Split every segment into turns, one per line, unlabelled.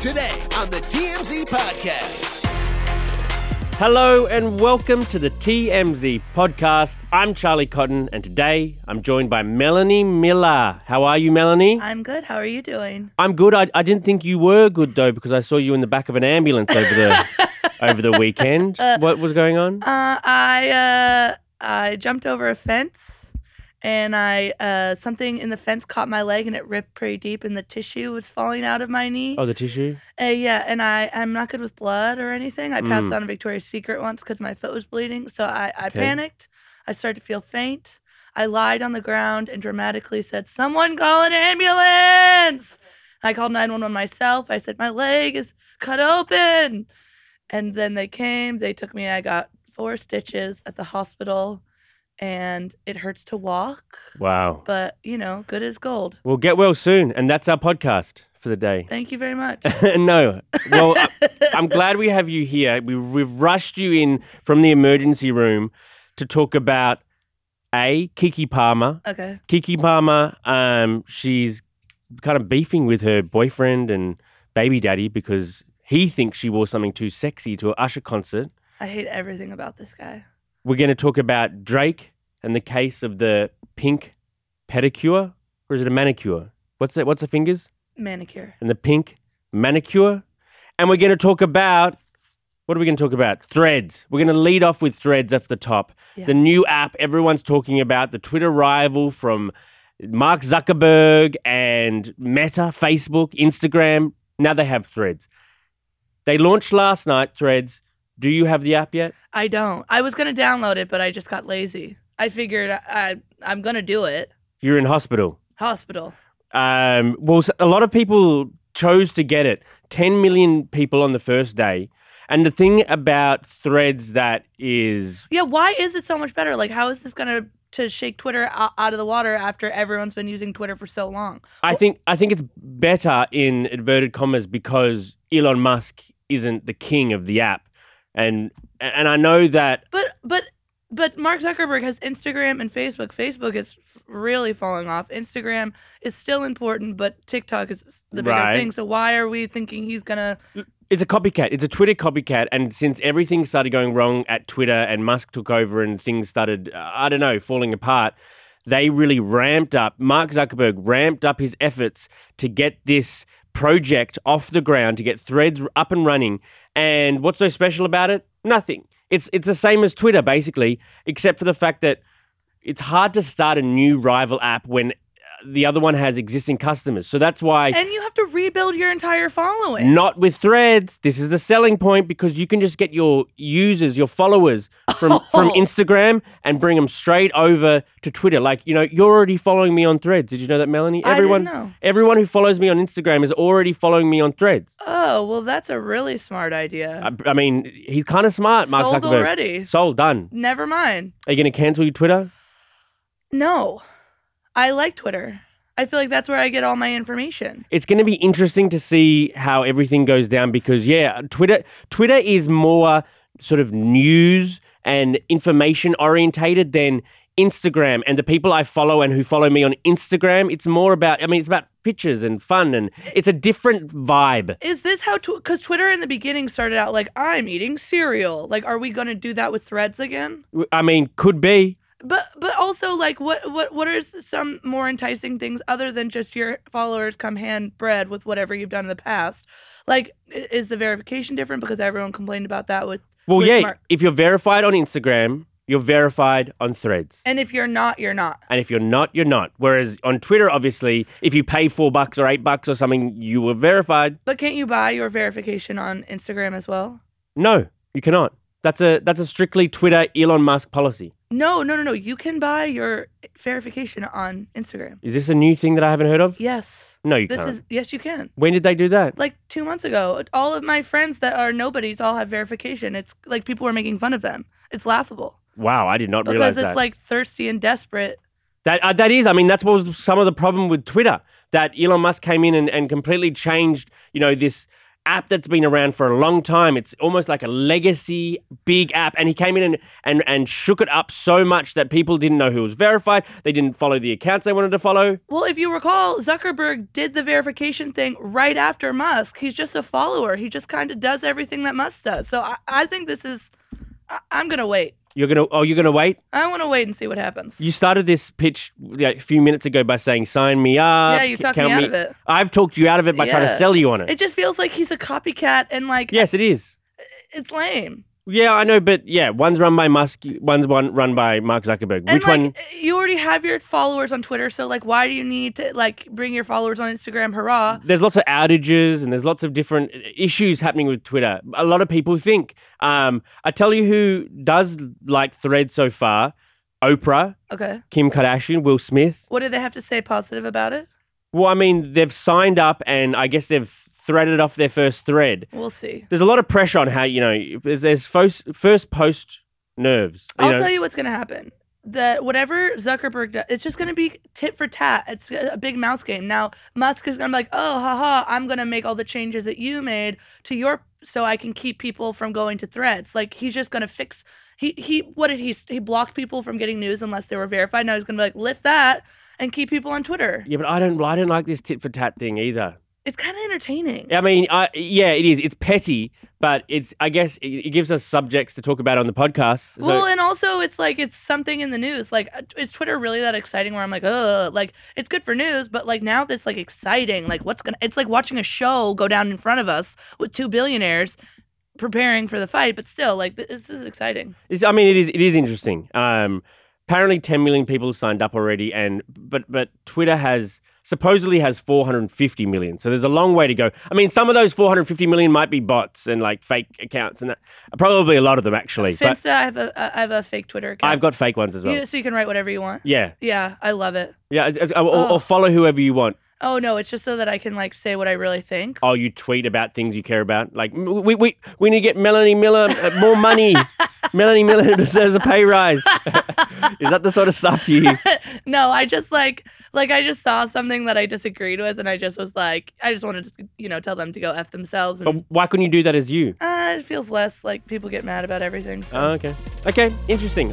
Today on the TMZ Podcast.
Hello and welcome to the TMZ podcast. I'm Charlie Cotton and today I'm joined by Melanie Miller. How are you, Melanie?
I'm good. How are you doing?
I'm good. I, I didn't think you were good though because I saw you in the back of an ambulance over the over the weekend. what was going on?
Uh, I uh, I jumped over a fence, and I uh, something in the fence caught my leg, and it ripped pretty deep, and the tissue was falling out of my knee.
Oh, the tissue.
Uh, yeah, and I I'm not good with blood or anything. I passed
Mm.
on a Victoria's Secret once because my foot was bleeding, so I I
Okay.
panicked. I started to feel faint. I lied on the ground and dramatically said, "Someone call an ambulance!" I called 911 myself. I said, "My leg is cut open," and then they came. They took me. I got four stitches at the hospital, and it hurts to walk,
Wow.
but you know, good as gold.
Well, get well soon, and that's our podcast for the day.
Thank you very much.
no. Well, I- I'm glad we have you here. We, we've rushed you in from the emergency room to talk about a Kiki Palmer.
okay.
Kiki Palmer, um, she's kind of beefing with her boyfriend and baby daddy because he thinks she wore something too sexy to an Usher concert.
I hate everything about this guy.
We're going to talk about Drake and the case of the pink pedicure, or is it a manicure? What's that? What's the fingers?
Manicure.
And the pink manicure. And we're going to talk about what are we going to talk about? Threads. We're going to lead off with Threads off the top.
Yeah.
The new app everyone's talking about, the Twitter rival from Mark Zuckerberg and Meta, Facebook, Instagram. Now they have Threads. They launched last night, Threads. Do you have the app yet?
I don't. I was gonna download it, but I just got lazy. I figured I, I I'm gonna do it.
You're in hospital.
Hospital.
Um, well, s- a lot of people chose to get it. 10 million people on the first day. And the thing about Threads that is
Yeah. Why is it so much better? Like, how is this gonna to shake Twitter o- out of the water after everyone's been using Twitter for so long?
I think I think it's better in inverted commas because Elon Musk isn't the king of the app, and and I know that
But but but Mark Zuckerberg has Instagram and Facebook. Facebook is f- really falling off. Instagram is still important, but TikTok is the bigger
Right.
thing. So why are we thinking he's gonna?
it's a copycat. It's a Twitter copycat, and since everything started going wrong at Twitter and Musk took over and things started uh, I don't know falling apart, they really ramped up. Mark Zuckerberg ramped up his efforts to get this project off the ground, to get Threads up and running. And what's so special about it? Nothing. It's it's the same as Twitter basically, except for the fact that it's hard to start a new rival app when uh, the other one has existing customers. So that's why
And you have to rebuild your entire following.
not with threads. This is the selling point because you can just get your users, your followers from from
Oh.
Instagram and bring them straight over to Twitter. Like, you know, you're already following me on Threads. Did you know that, Melanie?
I didn't
Everyone
know.
everyone who follows me on Instagram is already following me on Threads.
Oh well, that's a really smart idea.
I, I mean, he's kind of smart, Mark
Sold
Zuckerberg.
already.
Sold, done.
Never mind.
Are you going to cancel your Twitter?
No, I like Twitter. I feel like that's where I get all my information.
it's going to be interesting to see how everything goes down because yeah, Twitter Twitter is more sort of news and information orientated than Instagram and the people I follow and who follow me on Instagram. It's more about I mean it's about pictures and fun and it's a different vibe.
Is this how? Because Twitter in the beginning started out like I'm eating cereal. Like, are we gonna do that with Threads again?
I mean, could be.
But but also like, what what what are some more enticing things other than just your followers come hand bread with whatever you've done in the past? Like, i- is the verification different? Because everyone complained about that with.
Well,
with
yeah,
Mark.
if you're verified on Instagram, you're verified on Threads.
And if you're not, you're not.
And if you're not, you're not. Whereas on Twitter, obviously, if you pay four bucks or eight bucks or something, you were verified.
But can't you buy your verification on Instagram as well?
No, you cannot. That's a that's a strictly Twitter Elon Musk policy.
No, no, no, no. You can buy your verification on Instagram.
Is this a new thing that I haven't heard of?
Yes.
No, you
This
can't.
is yes, you can.
When did they do that?
Like two months ago, all of my friends that are nobodies all have verification. It's like people were making fun of them. It's laughable
Wow, I did not realize
because it's
that.
like thirsty and desperate.
That uh, that is, I mean, that's what was some of the problem with Twitter. That Elon Musk came in and, and completely changed, you know, this app that's been around for a long time. It's almost like a legacy big app. And he came in and and, and shook it up so much that people didn't know who was verified. They didn't follow the accounts they wanted to follow.
Well, if you recall, Zuckerberg did the verification thing right after Musk. He's just a follower. He just kind of does everything that Musk does. So I, I think this is. I, I'm gonna wait.
You're gonna oh, you're gonna wait?
I want to wait and see what happens.
You started this pitch yeah, a few minutes ago by saying, sign me up.
Yeah, you
c-
talked me
count
out of it.
I've talked you out of it by trying to
Yeah.
sell you on it.
It just feels like he's a copycat and like
yes, it is.
it's lame.
Yeah, I know, but yeah, one's run by Musk, one's one run by Mark Zuckerberg.
And
Which
like
one?
you already have your followers on Twitter, so like why do you need to like bring your followers on Instagram? Hurrah.
there's lots of outages and there's lots of different uh, issues happening with Twitter. A lot of people think. Um, I tell you who does like Thread so far: Oprah,
Okay.
Kim Kardashian, Will Smith.
What do they have to say positive about it?
Well, I mean, they've signed up and I guess they've threaded off their first thread.
We'll see.
There's a lot of pressure on how you know. There's, there's first first post nerves. You
I'll
know?
tell you what's gonna happen. That whatever Zuckerberg does, it's just gonna be tit for tat. It's a big mouse game. Now Musk is gonna be like, oh, haha, I'm gonna make all the changes that you made to your so I can keep people from going to threads. Like he's just gonna fix. He he. What did he? s- He blocked people from getting news unless they were verified. Now he's gonna be like, lift that and keep people on Twitter.
yeah, but I don't. I don't like this tit for tat thing either.
It's kind of entertaining.
I mean, I, yeah, it is. It's petty, but it's. I guess it, it gives us subjects to talk about on the podcast. So-
well, and also it's like it's something in the news. Like, uh, is Twitter really that exciting? Where I'm like, ugh, like it's good for news, but like now it's like exciting. Like, what's gonna? It's like watching a show go down in front of us with two billionaires preparing for the fight. But still, like th- this is exciting.
It's, I mean, it is it is interesting. Um, apparently, 10 million people have signed up already, and but but Twitter has supposedly has 450 million. So there's a long way to go. I mean, some of those 450 million might be bots and like fake accounts, and that probably a lot of them actually. But
Finsta, I have a I have a fake Twitter account.
I've got fake ones as well.
You- so you can write whatever you want.
Yeah,
Yeah, I love it.
yeah, it's- it's- or, or
Ugh.
follow whoever you want.
Oh no, it's just so that I can like say what I really think.
Oh, you tweet about things you care about. Like "M- we we we need to get Melanie Miller uh, more money. Melanie Miller deserves a pay rise. is that the sort of stuff you?
no, I just like like I just saw something that I disagreed with, and I just was like, I just wanted to you know tell them to go f themselves. And,
But why couldn't you do that as you?
Uh, it feels less like people get mad about everything. So.
Oh, okay. Okay, interesting.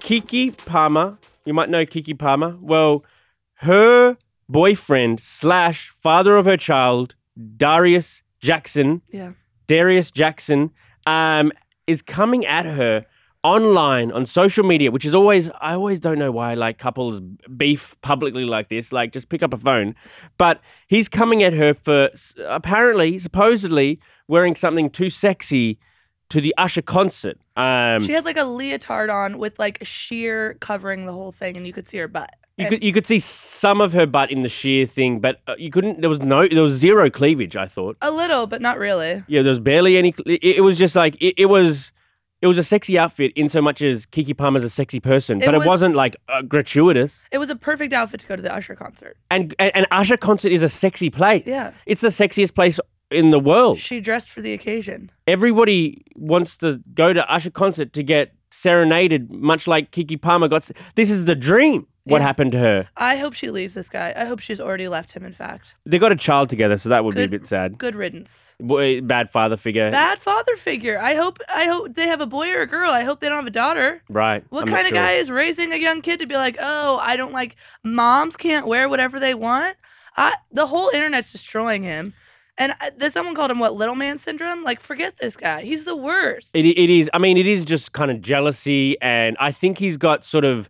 Kiki Palmer. You might know Kiki Palmer. Well, her boyfriend slash father of her child, Darius Jackson,
yeah.
Darius Jackson, um, is coming at her online on social media, which is always I always don't know why like couples beef publicly like this. Like just pick up a phone, but he's coming at her for s- apparently supposedly wearing something too sexy to the Usher concert. Um,
She had like a leotard on with like sheer covering the whole thing, and you could see her butt.
you could you could see some of her butt in the sheer thing, but uh, you couldn't. There was no there was zero cleavage. I thought.
A little, but not really.
Yeah, there was barely any. cle- It, it was just like it, it was. It was a sexy outfit in so much as Kiki Palmer's a sexy person,
It
but
was-
it wasn't like uh, gratuitous.
It was a perfect outfit to go to the Usher concert.
And, and and Usher concert is a sexy place.
Yeah.
it's the sexiest place in the world.
She dressed for the occasion.
everybody wants to go to Usher concert to get serenaded, much like Kiki Palmer got. s- This is the dream. What
Yeah.
happened to her?
I hope she leaves this guy. I hope she's already left him, in fact.
They got a child together, so that would be a
Good-
bit sad.
Good riddance.
Boy, Bad father figure.
Bad father figure. I hope I hope they have a boy or a girl. I hope they don't have a daughter.
right.
What
I'm not
kind of
sure.
guy is raising a young kid to be like, "Oh, I don't like moms can't wear whatever they want." I the whole internet's destroying him. And I, there's someone called him what little man syndrome? Like forget this guy. He's the worst.
It, it is. I mean, it is just kind of jealousy, and I think he's got sort of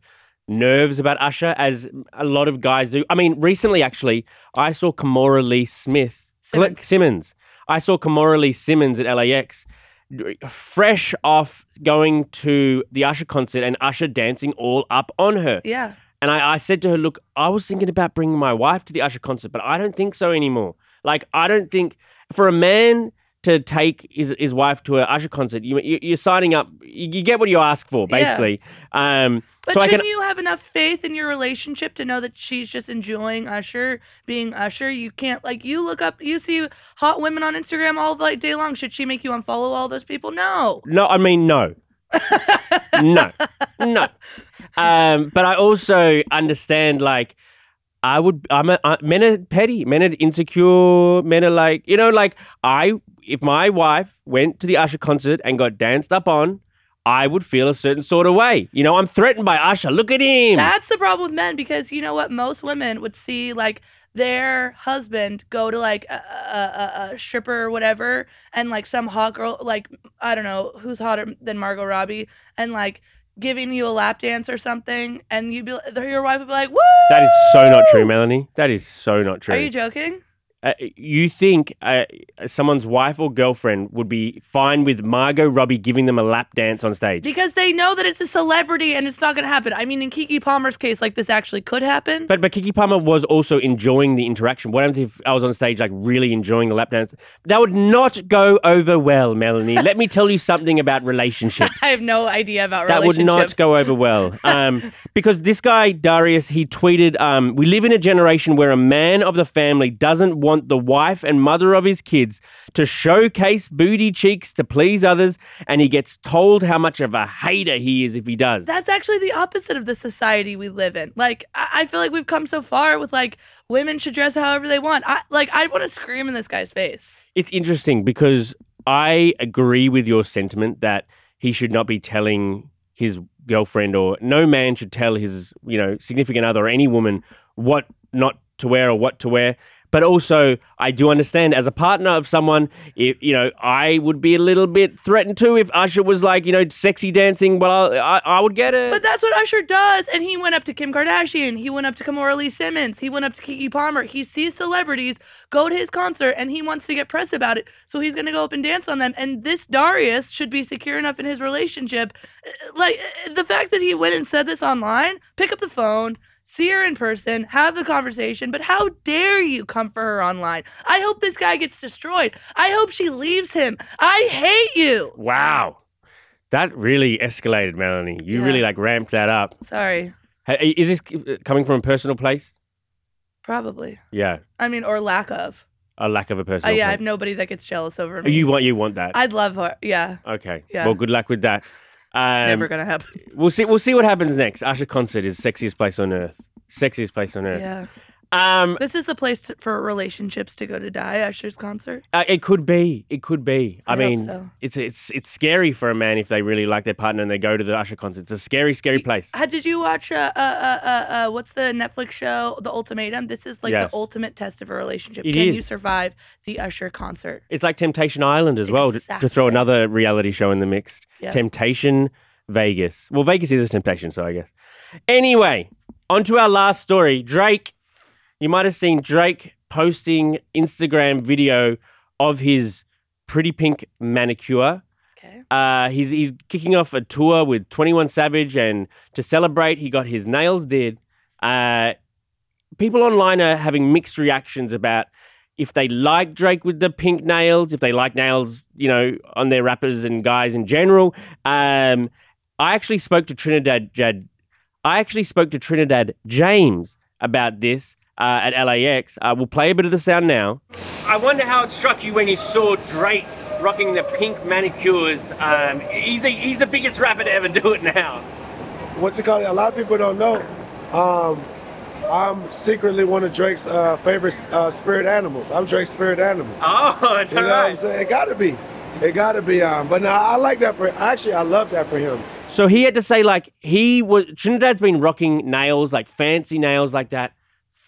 nerves about Usher, as a lot of guys do. I mean, recently actually, I saw Kamora Lee Smith
Simmons.
Gl- Simmons. I saw Kamora Lee Simmons at LAX, fresh off going to the Usher concert and Usher dancing all up on her.
Yeah.
And I, I said to her, Look, I was thinking about bringing my wife to the Usher concert, but I don't think so anymore. Like, I don't think for a man to take his, his wife to a Usher concert, you, you, you're signing up, you, you get what you ask for,
Yeah.
basically. Um,
But
so I
shouldn't
can.
you have enough faith in your relationship to know that she's just enjoying Usher being Usher? You can't like you look up, you see hot women on Instagram all like day long. Should she make you unfollow all those people? No.
No, I mean, no. no, no. Um, but I also understand, like, I would. I'm a I, men are petty, men are insecure, men are like you know, like I. If my wife went to the Usher concert and got danced up on, I would feel a certain sort of way. You know, I'm threatened by Usher. Look at him.
That's the problem with men because you know what? Most women would see like their husband go to like a, a, a, a stripper or whatever, and like some hot girl, like I don't know who's hotter than Margot Robbie, and like giving you a lap dance or something, and you'd be like- your wife would be like, "Woo!"
that is so not true, Melanie. That is so not true.
Are you joking?
uh, you think uh, someone's wife or girlfriend would be fine with Margot Robbie giving them a lap dance on stage?
Because they know that it's a celebrity and it's not going to happen. I mean, in Kiki Palmer's case, like this actually could happen.
But but Kiki Palmer was also enjoying the interaction. What happens if I was on stage like really enjoying the lap dance? That would not go over well, Melanie. Let me tell you something about relationships.
I have no idea about
That would
relationships.
not go over well, um, because this guy Darius he tweeted, um, "We live in a generation where a man of the family doesn't want the wife and mother of his kids to showcase booty cheeks to please others, and he gets told how much of a hater he is if he does."
That's actually the opposite of the society we live in. Like, I, I feel like we've come so far with like women should dress however they want. I like I want to scream in this guy's face.
It's interesting because I agree with your sentiment that he should not be telling his girlfriend or no man should tell his, you know, significant other or any woman what not to wear or what to wear. But also, I do understand as a partner of someone, if you know, I would be a little bit threatened too if Usher was like, you know, sexy dancing. Well, I, I would get it.
But that's what Usher does. And he went up to Kim Kardashian. He went up to Kamora Lee Simmons. He went up to Kiki Palmer. He sees celebrities go to his concert and he wants to get press about it. So he's going to go up and dance on them. And this Darius should be secure enough in his relationship. Uh, Like uh, the fact that he went and said this online, pick up the phone. See her in person, have the conversation, but how dare you come for her online? I hope this guy gets destroyed. I hope she leaves him. I hate you.
wow, that really escalated, Melanie. You
Yeah.
really like ramped that up.
Sorry,
Hey, Is this uh, coming from a personal place?
probably.
Yeah,
I mean, or lack of.
a lack of a
Uh,
personal.
yeah, I
place.
have nobody that gets jealous over
Oh,
me.
You want you want that?
I'd love her. Yeah,
okay.
yeah.
Well, good luck with that. Um,
never gonna happen.
We'll see. We'll see what happens next. Usher concert is sexiest place on earth. Sexiest place on earth.
Yeah,
Um,
this is the place to, for relationships to go to die. Usher's concert.
uh, it could be. It could be. I,
I hope
mean,
so.
it's it's it's scary for a man if they really like their partner and they go to the Usher concert. It's a scary, scary place.
How did you watch? Uh, uh, uh, uh, uh, what's the Netflix show? The Ultimatum. This is like
Yes.
the ultimate test of a relationship.
It
Can you
is.
survive the Usher concert?
It's like Temptation Island as well. To, to throw
Exactly.
another reality show in the mix.
Yeah.
Temptation Vegas. Well, Vegas is a temptation, so I guess. Anyway, on to our last story. Drake. You might have seen Drake posting Instagram video of his pretty pink manicure.
Okay.
Uh, he's he's kicking off a tour with Twenty One Savage, and to celebrate, he got his nails did. Uh, people online are having mixed reactions about if they like Drake with the pink nails, if they like nails, you know, on their rappers and guys in general. Um, I actually spoke to Trinidad Jad. I actually spoke to Trinidad James about this uh, at LAX. Uh, we'll play a bit of the sound now.
I wonder how it struck you when you saw Drake rocking the pink manicures. Um, he's, a, he's the biggest rapper to ever do it now.
What's it called? A lot of people don't know. Um, I'm secretly one of Drake's uh, favorite uh, spirit animals. I'm Drake's spirit animal.
Oh, that's
You know what I'm
right.
saying? It gotta be. It gotta be. Um, but now I like that for. Actually, I love that for him.
So he had to say like he was Trinidad's been rocking nails like fancy nails like that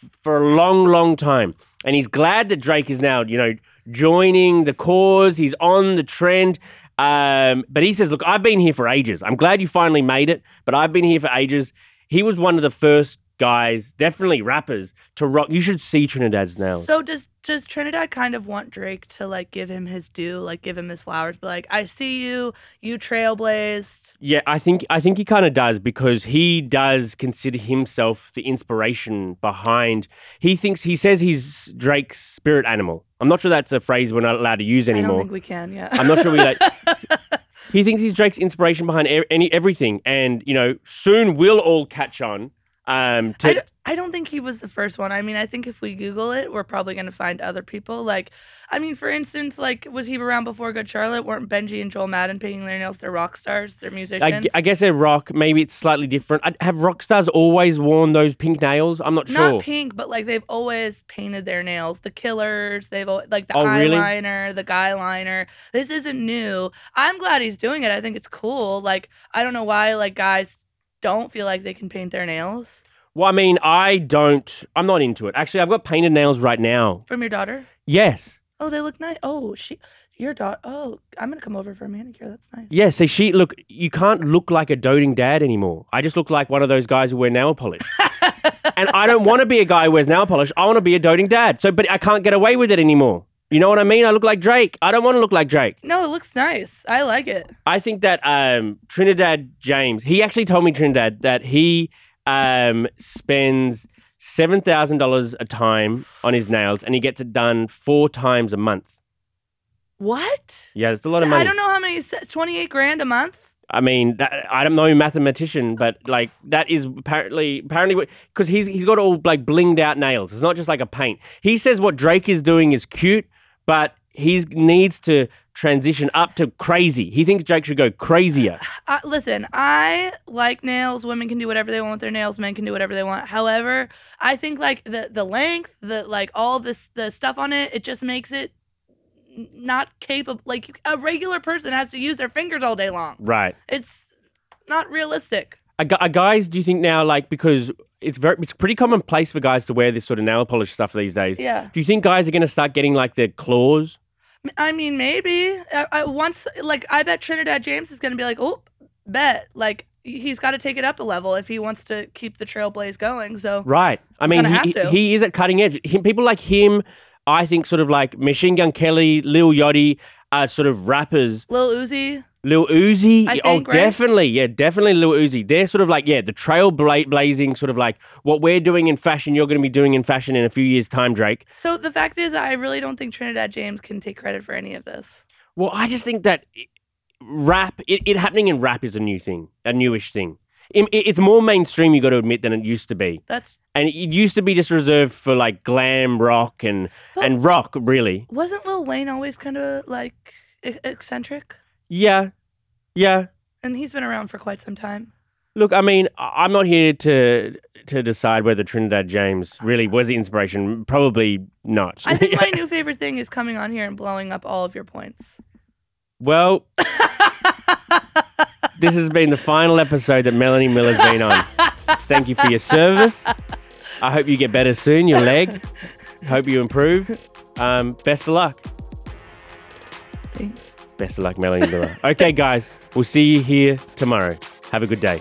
f- for a long, long time, and he's glad that Drake is now you know joining the cause. He's on the trend. Um, but he says, "Look, I've been here for ages. I'm glad you finally made it, but I've been here for ages." He was one of the first guys, definitely rappers, to rock. You should see Trinidad's nails.
So does does Trinidad kind of want Drake to like give him his due, like give him his flowers, but like I see you, you trailblazed.
Yeah, I think I think he kind of does because he does consider himself the inspiration behind. He thinks he says he's Drake's spirit animal. I'm not sure that's a phrase we're not allowed to use
I don't
anymore.
think we can. Yeah.
I'm not sure we like. he thinks he's Drake's inspiration behind e- any everything, and you know, soon we'll all catch on. Um,
I,
to,
don't, I don't think he was the first one. I mean, I think if we Google it, we're probably going to find other people. Like, I mean, for instance, like, was he around before Good Charlotte? Weren't Benji and Joel Madden painting their nails? They're rock stars. They're musicians.
I, gu- I guess they're rock. Maybe it's slightly different. I, have rock stars always worn those pink nails? I'm not sure.
Not pink, but like they've always painted their nails. The killers, they've al- like the
Oh, really?
eyeliner, the guy liner. This isn't new. I'm glad he's doing it. I think it's cool. Like, I don't know why like guys don't feel like they can paint their nails.
Well, I mean, I don't. I'm not into it. Actually, I've got painted nails right now.
From your daughter?
Yes.
Oh, they look nice. Oh, she, your daughter. Oh, I'm gonna come over for a manicure. That's nice.
Yeah, so she look you can't look like a doting dad anymore. I just look like one of those guys who wear nail polish. and I don't want to be a guy who wears nail polish. I want to be a doting dad. So but I can't get away with it anymore. You know what I mean? I look like Drake. I don't want to look like Drake.
No, it looks nice. I like it.
I think that um, Trinidad James, he actually told me Trinidad that he um, spends seven thousand dollars a time on his nails, and he gets it done four times a month.
What?
Yeah, it's a lot of
So
money.
I don't know how many. se- Twenty-eight grand a month.
I mean, that, I'm no mathematician, but like that is apparently apparently because he's he's got all like blinged out nails. It's not just like a paint. He says what Drake is doing is cute, but he needs to transition up to crazy. He thinks Drake should go crazier.
Uh, listen, I like nails. Women can do whatever they want with their nails. Men can do whatever they want. However, I think like the the length, the like all this the stuff on it, it just makes it n- not capable. Like you- a regular person has to use their fingers all day long.
Right.
It's not realistic.
Are, gu- are guys, do you think now like because it's very it's pretty commonplace for guys to wear this sort of nail polish stuff these days?
Yeah.
Do you think guys are going to start getting like their claws?
I mean, maybe. I, I, once, like, I bet Trinidad James is going to be like, oh, bet. Like, he's got to take it up a level if he wants to keep the trailblaze going. So,
Right. I mean,
gonna
he,
have to.
he is at cutting edge. Him, people like him, I think, sort of like Machine Gun Kelly, Lil Yachty, are sort of rappers.
Lil Uzi,
Lil Uzi.
I
oh,
think, right?
definitely. Yeah, definitely Lil Uzi. They're sort of like, yeah, the trailblazing, sort of like what we're doing in fashion, you're going to be doing in fashion in a few years' time, Drake.
So the fact is, I really don't think Trinidad James can take credit for any of this.
Well, I just think that i- rap, it, it happening in rap is a new thing, a newish thing. Im- it- it's more mainstream, you got to admit, than it used to be.
That's
And it used to be just reserved for like glam rock and,
But-
and rock, really.
wasn't Lil Wayne always kind of like e- eccentric,
Yeah. Yeah.
and he's been around for quite some time.
Look, I mean, I- I'm not here to to decide whether Trinidad James really was the inspiration. Probably not.
I think my new favorite thing is coming on here and blowing up all of your points.
well, this has been the final episode that Melanie Miller's been on. Thank you for your service. I hope you get better soon, your leg. Hope you improve. Um, best of luck.
Thanks.
Best of luck, Melanie Miller. Okay, guys, we'll see you here tomorrow. Have a good day.